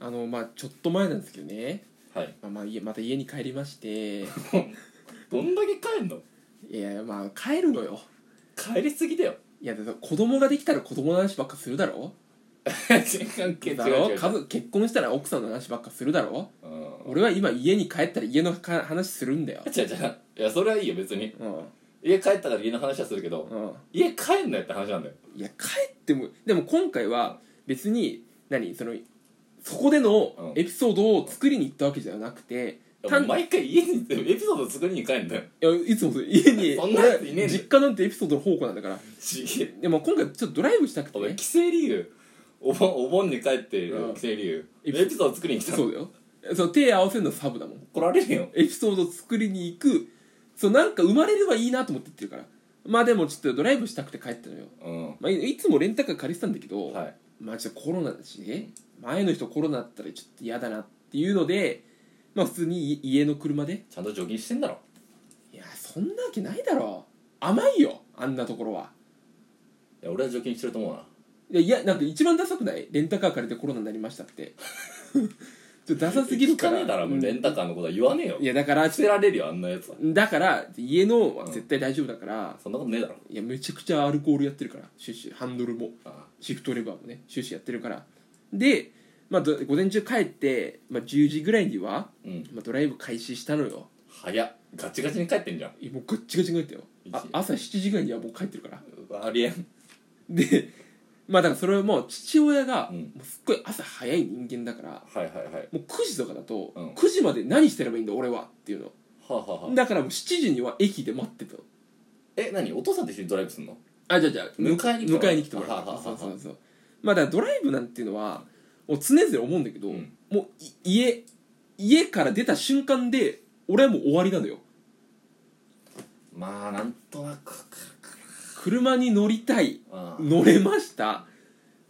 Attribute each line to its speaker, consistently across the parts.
Speaker 1: あのまあちょっと前なんですけどね、
Speaker 2: はい
Speaker 1: まあ、まあ家また家に帰りまして い
Speaker 2: どんだけ帰んの
Speaker 1: やいやまあ帰るのよ
Speaker 2: 帰りすぎだよ
Speaker 1: いやだから子供ができたら子供の話ばっかするだろ
Speaker 2: 違う関係違う
Speaker 1: だ
Speaker 2: 違
Speaker 1: ろ
Speaker 2: う違う
Speaker 1: 家族結婚したら奥さんの話ばっかするだろ
Speaker 2: うん
Speaker 1: 俺は今家に帰ったら家のか話するんだよ
Speaker 2: 違う違ういやそれはいいよ別に
Speaker 1: うん
Speaker 2: 家帰ったから家の話はするけど
Speaker 1: うん
Speaker 2: 家帰んなよって話なんだよ
Speaker 1: いや帰ってもでも今回は別に何そのそこでのエピソードを作りに行ったわけじゃなくて
Speaker 2: いや
Speaker 1: 単
Speaker 2: もう毎回家にエピソード作りに帰んだ よ
Speaker 1: いやいつもそう家に
Speaker 2: そんなやついねえんだ
Speaker 1: 俺
Speaker 2: よ
Speaker 1: 実家なんてエピソードの宝庫なんだから
Speaker 2: ちげえ
Speaker 1: でも今回ちょっとドライブしたくて
Speaker 2: お
Speaker 1: ね
Speaker 2: 前帰省理由お盆お盆に帰って
Speaker 1: うん
Speaker 2: 帰省理由
Speaker 1: エ
Speaker 2: エ
Speaker 1: ピ
Speaker 2: ピソード作りに来た
Speaker 1: そ
Speaker 2: の
Speaker 1: うだよその手合わせるのサブだもん
Speaker 2: 怒られるよ
Speaker 1: エピソード作りに行くそうなんか生まれればいいなと思って行ってるからまあでもちょっとドライブしたくて帰ったのよ、
Speaker 2: うん
Speaker 1: まあ、いいつもレンタカー借りてたんだけど、
Speaker 2: はい
Speaker 1: まあちょっとコロナだしね前の人コロナだったらちょっと嫌だなっていうのでまあ普通にい家の車で
Speaker 2: ちゃんとジョギングしてんだろ
Speaker 1: いやそんなわけないだろ甘いよあんなところはい
Speaker 2: や俺はジョギングしてると思うない
Speaker 1: やいやなんか一番ダサくないレンタカー借りてコロナになりましたって ちょっとダサすぎるから
Speaker 2: 聞かねえだろもうレンタカーのことは言わねえよ
Speaker 1: いやだから
Speaker 2: 捨てられるよあんなやつは
Speaker 1: だから家のは絶対大丈夫だから、
Speaker 2: そんなことねえだろ
Speaker 1: いやめちゃくちゃアルコールやってるからシュッシュハンドルも
Speaker 2: あ
Speaker 1: シフトレバーもねシュッシュやってるからで、まあ、ど午前中帰って、まあ、10時ぐらいには、
Speaker 2: あうん
Speaker 1: まあ、ドライブ開始したのよ
Speaker 2: 早っガチガチに帰ってんじゃん
Speaker 1: いやもうガッチガチに帰ったよあ
Speaker 2: 一
Speaker 1: 朝7時ぐらいにはもう帰ってるから
Speaker 2: うわありえん
Speaker 1: でまあだからそれはもう父親が、
Speaker 2: うん
Speaker 1: もうすっごい朝早い人間だから
Speaker 2: はいはいはいは
Speaker 1: もう9時とかだと、
Speaker 2: うん
Speaker 1: 9時まで何してればいいんだ俺はっていう
Speaker 2: あ、はあは
Speaker 1: の
Speaker 2: あ、
Speaker 1: だからもう7時には駅で待ってたの
Speaker 2: え何お父さんと一緒にドライブすんの
Speaker 1: あじゃあじゃあ
Speaker 2: 迎えに来てもらう
Speaker 1: 迎えに来てもら
Speaker 2: ははは
Speaker 1: う
Speaker 2: は
Speaker 1: そうそうそうまあだからドライブなんていうのはもう常々思うんだけど、
Speaker 2: うん
Speaker 1: もうい家家から出た瞬間で俺はもう終わりなのよ
Speaker 2: まあなんとなくか
Speaker 1: 車に乗りたい
Speaker 2: うん
Speaker 1: 乗れました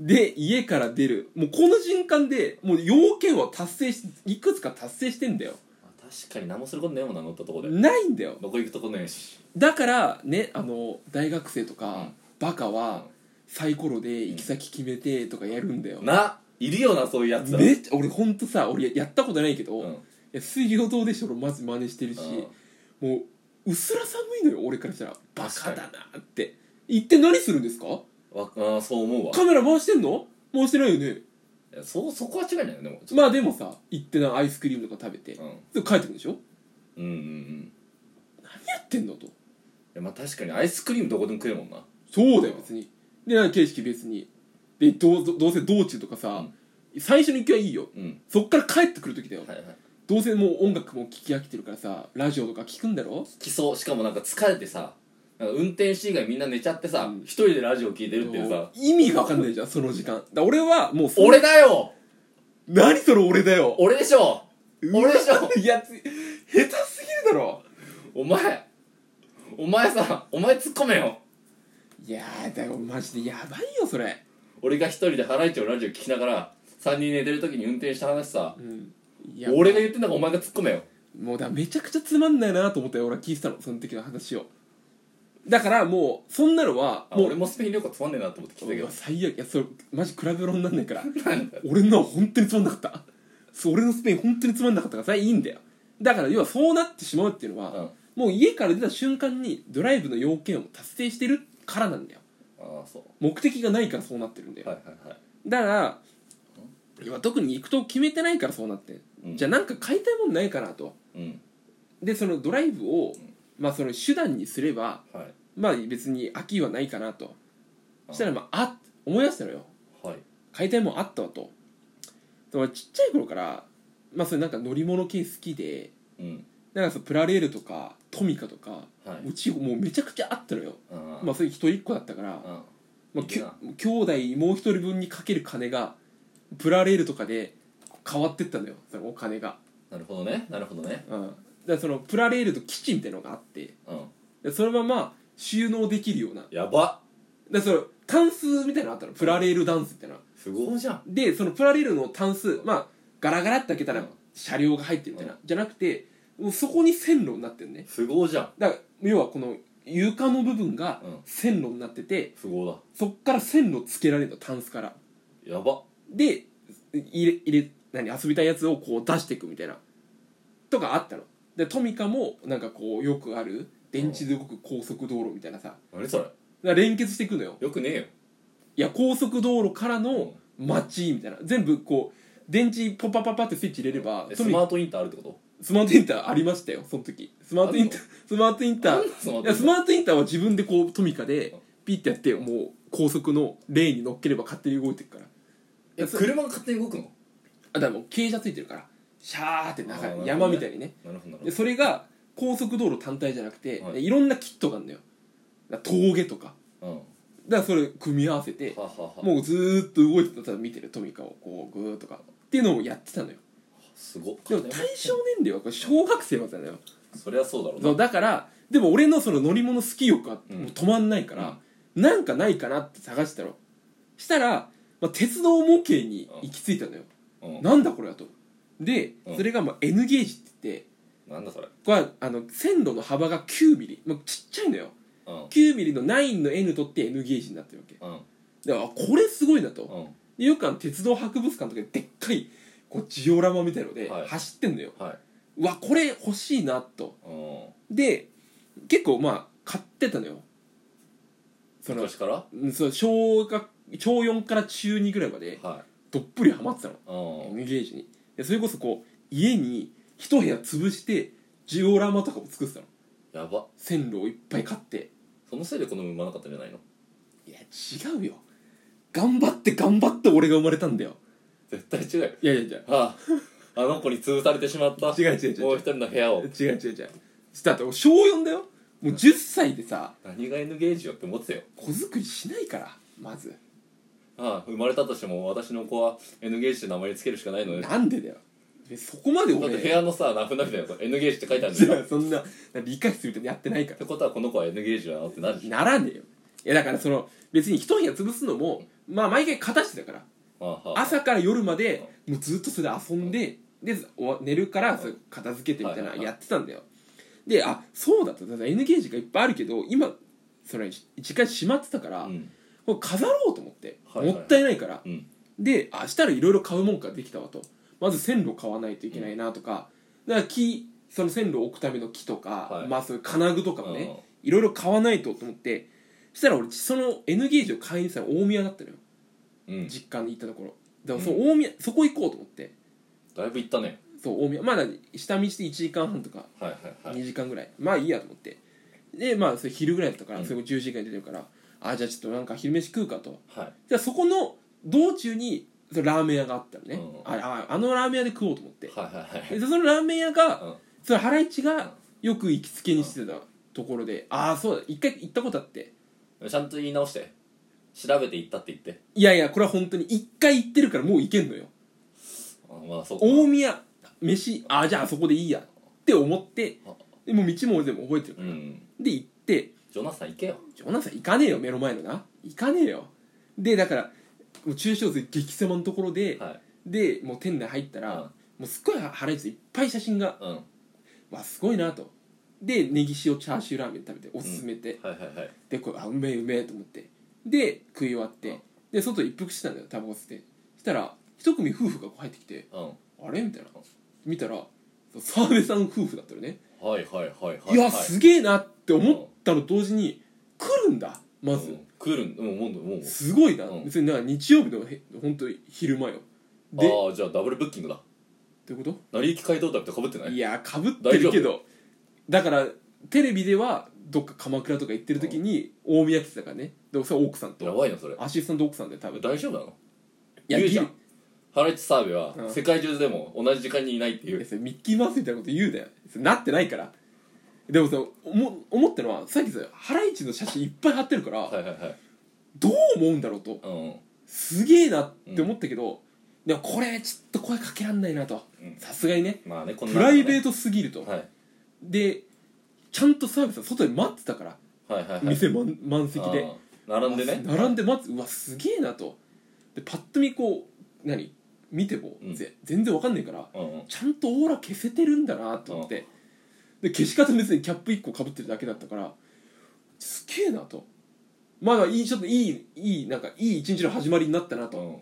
Speaker 1: で家から出るもうこの瞬間でもう要件を達成しいくつか達成してんだよ
Speaker 2: まあ確かに何もすることねえもんな乗ったとこで
Speaker 1: ないんだよ
Speaker 2: どこ行くとこねえし
Speaker 1: だからねあの大学生とか、
Speaker 2: うん
Speaker 1: バカ
Speaker 2: うん
Speaker 1: はサイコロで行き先決めてとかやるんだよ、
Speaker 2: ないるよなそういうやつは
Speaker 1: めっちゃ俺ほんとさ俺やったことないけど、
Speaker 2: う
Speaker 1: い
Speaker 2: ん
Speaker 1: や水曜どうでしょう俺マジ真似してるし、もううっすら寒いのよ俺からしたらバカだなって行って何するんですか
Speaker 2: うんわああそう思うわ
Speaker 1: カメラ回してんの回してないよね
Speaker 2: いやそうそこは違いないよでもちょっ
Speaker 1: まあでもさ行ってなアイスクリームとか食べて、
Speaker 2: とうん
Speaker 1: で帰ってくるでしょ
Speaker 2: うんうんうん
Speaker 1: 何やってんのと
Speaker 2: いやまあ確かにアイスクリームどこでも食えるもんな
Speaker 1: そうだよ別にでなんか景色別にでどうどどうせ道中とかさ、最初の行きはいいよ
Speaker 2: うん
Speaker 1: そっから帰ってくる時だよ、
Speaker 2: はいはい
Speaker 1: どうせもう音楽も聴き飽きてるからさラジオとか聴くんだろ
Speaker 2: 来そうしかもなんか疲れてさなんか運転して以外みんな寝ちゃってさ
Speaker 1: うん
Speaker 2: 一人でラジオ聞いてるっていうさ
Speaker 1: 意味が分かんないじゃんその時間だから俺はもうそ
Speaker 2: 俺だよ
Speaker 1: 何それ俺だよ
Speaker 2: 俺でしょ俺でしょ
Speaker 1: いやつ下手すぎるだろ
Speaker 2: お前お前さお前突っ込めよ
Speaker 1: いやーだよマジでやばいよそれ
Speaker 2: 俺が一人でハライチのラジオ聞きながら3人寝てる時に運転した話さ
Speaker 1: うんいや
Speaker 2: 俺が言ってんだからお前が突っ込めよ
Speaker 1: もうだめちゃくちゃつまんないなと思って俺は聞いてたのその時の話をだからもうそんなのは
Speaker 2: あ
Speaker 1: もう
Speaker 2: 俺もスペイン旅行つまんねえなと思って聞いたけ
Speaker 1: う
Speaker 2: ど
Speaker 1: わ最悪いやそれマジ比べろになんないから俺のは本当につまんなかったそう俺のスペイン本当につまんなかったからさいいんだよだから要はそうなってしまうっていうのは、
Speaker 2: うん
Speaker 1: もう家から出た瞬間にドライブの要件を達成してるからなんだよ
Speaker 2: ああそう
Speaker 1: 目的がないからそうなってるんだよ、
Speaker 2: はいはいはい
Speaker 1: だから今特に行くと決めてないからそうなって、
Speaker 2: うん
Speaker 1: じゃあなんか買いたいもんないかなと
Speaker 2: うん
Speaker 1: でそのドライブを、まあその手段にすれば
Speaker 2: はい
Speaker 1: まあ別に飽きはないかなと
Speaker 2: あ
Speaker 1: そしたらまああ思い出したのよ
Speaker 2: はい
Speaker 1: 買いたいもんあったわとで俺ちっちゃい頃からまあそれなんか乗り物系好きで
Speaker 2: うん
Speaker 1: なんかそのプラレールとかトミカとか
Speaker 2: はいう
Speaker 1: ちもうめちゃくちゃあったのよ
Speaker 2: あー
Speaker 1: まあそれ一人一個だったから、
Speaker 2: あ
Speaker 1: まあ、
Speaker 2: いい
Speaker 1: きゅ
Speaker 2: な
Speaker 1: 兄弟もう一人分にかける金がプラレールとかで変わってったんだよそのお金が、
Speaker 2: ーなるほどねなるほどね
Speaker 1: うん、だからそのプラレールと基地みたいなのがあって
Speaker 2: うん
Speaker 1: でそのまま収納できるような
Speaker 2: やば
Speaker 1: でそのタンスみたいなのあったのプラレールダンスみたいな
Speaker 2: 不合じゃん
Speaker 1: でそのプラレールのタンスまあガラガラって開けたら
Speaker 2: うん
Speaker 1: 車両が入ってるみたいな、
Speaker 2: う
Speaker 1: じゃなくてもうそこに線路になってるね
Speaker 2: 不合じゃん
Speaker 1: だから要はこの床の部分が
Speaker 2: うん
Speaker 1: 線路になってて
Speaker 2: 不合
Speaker 1: そっから線路つけられるのタンスから
Speaker 2: だやば
Speaker 1: で入れ入れ何遊びたいやつをこう出していくみたいなとかあったのでトミカもなんかこうよくある電池で動く高速道路みたいなさだか
Speaker 2: 何それ
Speaker 1: ら連結していくのよ
Speaker 2: よくねえよ
Speaker 1: いや高速道路からの街みたいな全部こう電池ポッパパッパってスイッチ入れれば
Speaker 2: え
Speaker 1: ト
Speaker 2: ス
Speaker 1: ミ
Speaker 2: マートインターあるってこと
Speaker 1: スマートインターありましたよその時スマートインタースマートインター
Speaker 2: なん
Speaker 1: いや
Speaker 2: だスマートイン
Speaker 1: ス
Speaker 2: ター
Speaker 1: マートインターは自分でこうトミカで
Speaker 2: うん
Speaker 1: ピッてやってもう高速のレーンに乗っければ勝手に動いてるから
Speaker 2: え車が勝手に動くの
Speaker 1: あだからもう傾斜ついてるからシャーって
Speaker 2: あー
Speaker 1: 長
Speaker 2: なるほど
Speaker 1: い
Speaker 2: ね
Speaker 1: 山みたいにね
Speaker 2: なるほどなるほ
Speaker 1: でそれが高速道路単体じゃなくて、
Speaker 2: はい
Speaker 1: でいろんなキットがあるのよだから峠とか
Speaker 2: どうんは
Speaker 1: だからそれ組み合わせて
Speaker 2: あはあはあ
Speaker 1: もうずーっと動いてたら見てるトミカをこうグーとかっていうのをやってたのよ
Speaker 2: すごっ
Speaker 1: でも対象年齢はこれ小学生までなのよ
Speaker 2: そりゃそうだろうな
Speaker 1: そうだからでも俺のその乗り物好き欲は
Speaker 2: うん
Speaker 1: もう止まんないから、なんかないかなって探してたのしたら、まあ、鉄道模型に行き着いたのよ、
Speaker 2: うん
Speaker 1: なんだこれはとで
Speaker 2: うん
Speaker 1: それがまあ N ゲージって言って
Speaker 2: なんだそれ
Speaker 1: これはあの線路の幅が9ミリ、まあ、ちっちゃいのよ
Speaker 2: うん
Speaker 1: 9ミリの9の N とって N ゲージになってるわけ
Speaker 2: うん
Speaker 1: だからあこれすごいなと
Speaker 2: うん
Speaker 1: でよくあの鉄道博物館とかででっかいこうジオラマみたいので
Speaker 2: はい
Speaker 1: 走ってんのよ、
Speaker 2: はいう
Speaker 1: わこれ欲しいなと
Speaker 2: うん
Speaker 1: で結構まあ買ってたのよその
Speaker 2: 昔からは
Speaker 1: うんそう小学小4から中2ぐらいまで
Speaker 2: いうん
Speaker 1: どっぷりハマってたの
Speaker 2: は
Speaker 1: N ゲージにでそれこそこう家に一部屋潰してジオラマとかも作ってたの
Speaker 2: やば
Speaker 1: 線路をいっぱい買って
Speaker 2: そのせいで子供産まなかったんじゃないの
Speaker 1: いや違うよ頑張って頑張って俺が生まれたんだよ
Speaker 2: 絶対違うよ
Speaker 1: いやいやいや
Speaker 2: あああの子に潰されてしまった
Speaker 1: 違う違う違う
Speaker 2: もう一人の部屋を
Speaker 1: 違う違う違うだって俺小4だよもう10歳でさ
Speaker 2: 何が N ゲージよって思ってたよ
Speaker 1: 子作りしないからまず
Speaker 2: ああ生まれたとしても私の子は N ゲージって名前つけるしかないのよだ
Speaker 1: なんでだよそこまで
Speaker 2: って
Speaker 1: 俺
Speaker 2: 部屋のさ名札みたいなの N ゲージって書いてあるん
Speaker 1: じ
Speaker 2: だ
Speaker 1: ゃ
Speaker 2: よ
Speaker 1: あそんな理解するみたいにやってないか
Speaker 2: ってことはこの子は N ゲージだなってなるでし
Speaker 1: らならねえよいやだからその別に一部屋潰すのもまあ毎回片してだから
Speaker 2: ょはあはあ
Speaker 1: 朝から夜までもうずっとそれで遊んででお寝るからそれ片付けてみたいなの
Speaker 2: はいはいはい
Speaker 1: やってたんだよであそうだとだから N ゲージがいっぱいあるけど今それ一回閉まってたから、
Speaker 2: うん
Speaker 1: これ飾ろうと思って、
Speaker 2: はいはいはい
Speaker 1: もったいないから
Speaker 2: うん
Speaker 1: であしたらいろいろ買うもんかできたわとまず線路買わないといけないなとか、だから木その線路を置くための木とか、
Speaker 2: はい
Speaker 1: まあそういう金具とかも
Speaker 2: うん
Speaker 1: ねいろいろ買わないとと思ってそしたら俺その N ゲージを買いにしたら大宮だったのよ
Speaker 2: うん
Speaker 1: 実家に行ったところだからその大宮、そこ行こうと思って
Speaker 2: だいぶいったね
Speaker 1: そう大宮まだ下道で1時間半とか
Speaker 2: はいはいはい
Speaker 1: 2時間ぐらい、まあいいやと思ってでまあそれ昼ぐらいだったから、
Speaker 2: うん
Speaker 1: それも10時間出てるからあじゃあちょっとなんか昼飯食うかと
Speaker 2: はい
Speaker 1: じゃあそこの道中にそのラーメン屋があったのね、
Speaker 2: うん
Speaker 1: あああのラーメン屋で食おうと思って、
Speaker 2: はいはいは
Speaker 1: で
Speaker 2: い
Speaker 1: そのラーメン屋が、
Speaker 2: うん
Speaker 1: そのハライチがよく行きつけにしてたところで、ああそうだ一回行ったことあって
Speaker 2: ちゃんと言い直して調べていったって言って
Speaker 1: いやいやこれは本当に一回行ってるからもう行けんのよ
Speaker 2: あまあそうか
Speaker 1: 大宮飯ああじゃあそこでいいやって思って
Speaker 2: あ
Speaker 1: でもう道も全部覚えてるか
Speaker 2: う
Speaker 1: ら、
Speaker 2: ん
Speaker 1: で行って
Speaker 2: ジョナサン行けよ
Speaker 1: ジョナサン行かねえよ目の前のな行かねえよでだからもう中小水激狭のところで、
Speaker 2: はい
Speaker 1: でもう店内入ったら、
Speaker 2: うん
Speaker 1: もうすっごいハライチいっぱい写真が
Speaker 2: うんは
Speaker 1: わすごいなとでネギ塩チャーシューラーメン食べておすすめで、
Speaker 2: いはいはい
Speaker 1: でこれあうめえうめえと思ってで食い終わって、
Speaker 2: うん
Speaker 1: で外一服してたんだよタバコ吸ってしたら一組夫婦がこう入ってきて
Speaker 2: うん
Speaker 1: 「あれ?」みたいな見たらそう澤部さん夫婦だったよね、
Speaker 2: はいはいはいはい
Speaker 1: いや
Speaker 2: はい
Speaker 1: すげえなって思ったの同時に来るんだまず、
Speaker 2: うん来るんうんもうもう
Speaker 1: すごいな、
Speaker 2: うん
Speaker 1: 別になんか日曜日のへ本当に昼間よでど
Speaker 2: ああじゃあダブルブッキングだ
Speaker 1: ういうこと
Speaker 2: 成り行き街道旅とかぶってない
Speaker 1: いやかぶってるけどだからテレビではどっか鎌倉とか行ってる時に大宮来てたからねでそれは奥さん
Speaker 2: や
Speaker 1: と
Speaker 2: ばいなそれ
Speaker 1: アシスタント奥さんで多分
Speaker 2: 大丈夫なの
Speaker 1: いや
Speaker 2: 言うじゃ
Speaker 1: ギ
Speaker 2: んハライチ澤部は
Speaker 1: うん
Speaker 2: 世界中でも同じ時間にいないってい
Speaker 1: リいや
Speaker 2: う
Speaker 1: それミッキーマウスみたいなこと言うだよそれなってないからでもさ思思ったのはさっきさハライチの写真いっぱい貼ってるから、
Speaker 2: はいはいはい
Speaker 1: どう思うんだろうと
Speaker 2: うん
Speaker 1: すげえなって思ったけど、でもこれちょっと声かけらんないなと
Speaker 2: うん
Speaker 1: さすがにね
Speaker 2: まあねこん
Speaker 1: プライベー
Speaker 2: ト
Speaker 1: トすぎると、
Speaker 2: はい
Speaker 1: でちゃんとサービスは外で待ってたから
Speaker 2: はいはいはい
Speaker 1: 店満満席で
Speaker 2: あー並んでね
Speaker 1: 並んで待つうわすげえなとでパッと見こう何見ても、
Speaker 2: うん
Speaker 1: ぜ全然わかんないから
Speaker 2: うんうん
Speaker 1: ちゃんとオーラ消せてるんだなと思って、で消し方別にキャップ1個かぶってるだけだったからすげえなとまだいいちょっといいいいなんかいい一日の始まりになったなと、
Speaker 2: うん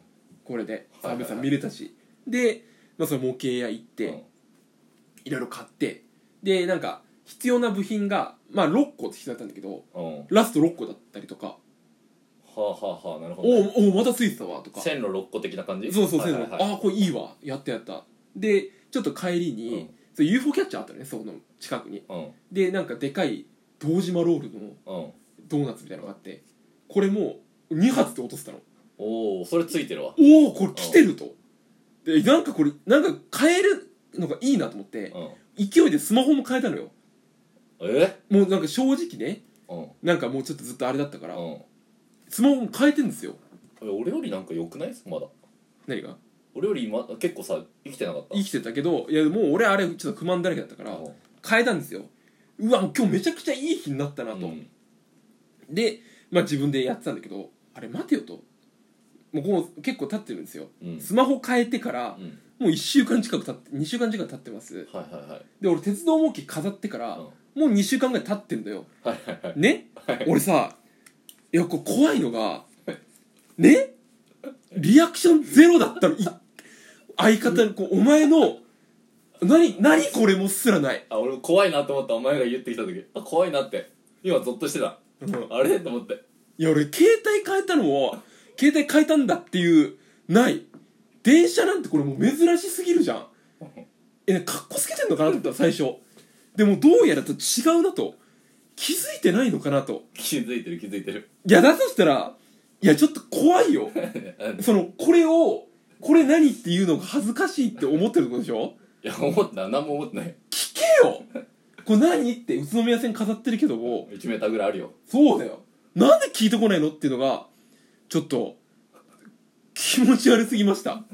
Speaker 1: これで
Speaker 2: はい
Speaker 1: 澤
Speaker 2: はいは
Speaker 1: 部
Speaker 2: い
Speaker 1: さん見れたし、でまあ、その模型屋行って、
Speaker 2: うん
Speaker 1: いろいろ買ってでなんか必要な部品が、まあ、6個って必要だったんだけど
Speaker 2: うんは
Speaker 1: ラスト6個だったりとか
Speaker 2: あはあはあな
Speaker 1: 「
Speaker 2: るほど
Speaker 1: お
Speaker 2: ね、
Speaker 1: うおうまたついてたわ」とか
Speaker 2: 線路6個的な感じ
Speaker 1: そうそう
Speaker 2: は
Speaker 1: 線
Speaker 2: い
Speaker 1: 路、
Speaker 2: はいはい
Speaker 1: ああこれいいわやったやったでちょっと帰りに、
Speaker 2: うん
Speaker 1: そう UFO キャッチャーあったのねその近くに
Speaker 2: うん
Speaker 1: でなんかでかい堂島ロールの
Speaker 2: うん
Speaker 1: ドーナツみたいなのがあってこれも2発で落とせたの
Speaker 2: おおそれついてるわ
Speaker 1: おおこれ来てるとでなんかこれなんか変えるのがいいなと思って
Speaker 2: うん
Speaker 1: 勢いでスマホも変えたのよ
Speaker 2: え
Speaker 1: もうなんか正直ね
Speaker 2: うんうん
Speaker 1: なんかもうちょっとずっとあれだったから
Speaker 2: え
Speaker 1: スマホも変えてんですよ
Speaker 2: 俺よりなんか良くないまだ
Speaker 1: 何が
Speaker 2: 俺より今結構さ生きてなかった
Speaker 1: 生きてたけどいやもう俺あれちょっと不満だらけだったから
Speaker 2: う
Speaker 1: 変えたんですようわ今日めちゃくちゃいい日になったなと、
Speaker 2: んうん
Speaker 1: で、まあ、自分でやってたんだけどあれ待てよともうこう結構経ってるんですよ
Speaker 2: うん
Speaker 1: スマホ変えてから
Speaker 2: うん
Speaker 1: もう1週間近く経って2週間近く経ってます
Speaker 2: はいはいはい
Speaker 1: で俺鉄道模型飾ってから、もう2週間ぐらい経ってんだよ
Speaker 2: はいはいはい
Speaker 1: ね俺さいやこれ怖いのがねリアクションゼロだったのい相方にこうお前の何何これもすらない、
Speaker 2: あ俺も怖いなと思ったお前が言ってきた時あ怖いなって今ゾッとしてた
Speaker 1: うん
Speaker 2: あれと思って
Speaker 1: いや俺携帯変えたのも携帯変えたんだっていうない電車なんてこれもう珍しすぎるじゃんえかっこつけてんのかなと思った最初でもどうやらと違うなと気づいてないのかなと
Speaker 2: 気づいてる気づいてる
Speaker 1: いやだとしたらいやちょっと怖いよそのこれをこれ何っていうのが恥ずかしいって思ってるってことでしょ
Speaker 2: いや思ってない何も思ってない
Speaker 1: 聞けよこれ何って宇都宮線飾ってるけども
Speaker 2: 1メーターぐらいあるよ
Speaker 1: そうだよなんで聞いてこないのっていうのがちょっと気持ち悪すぎました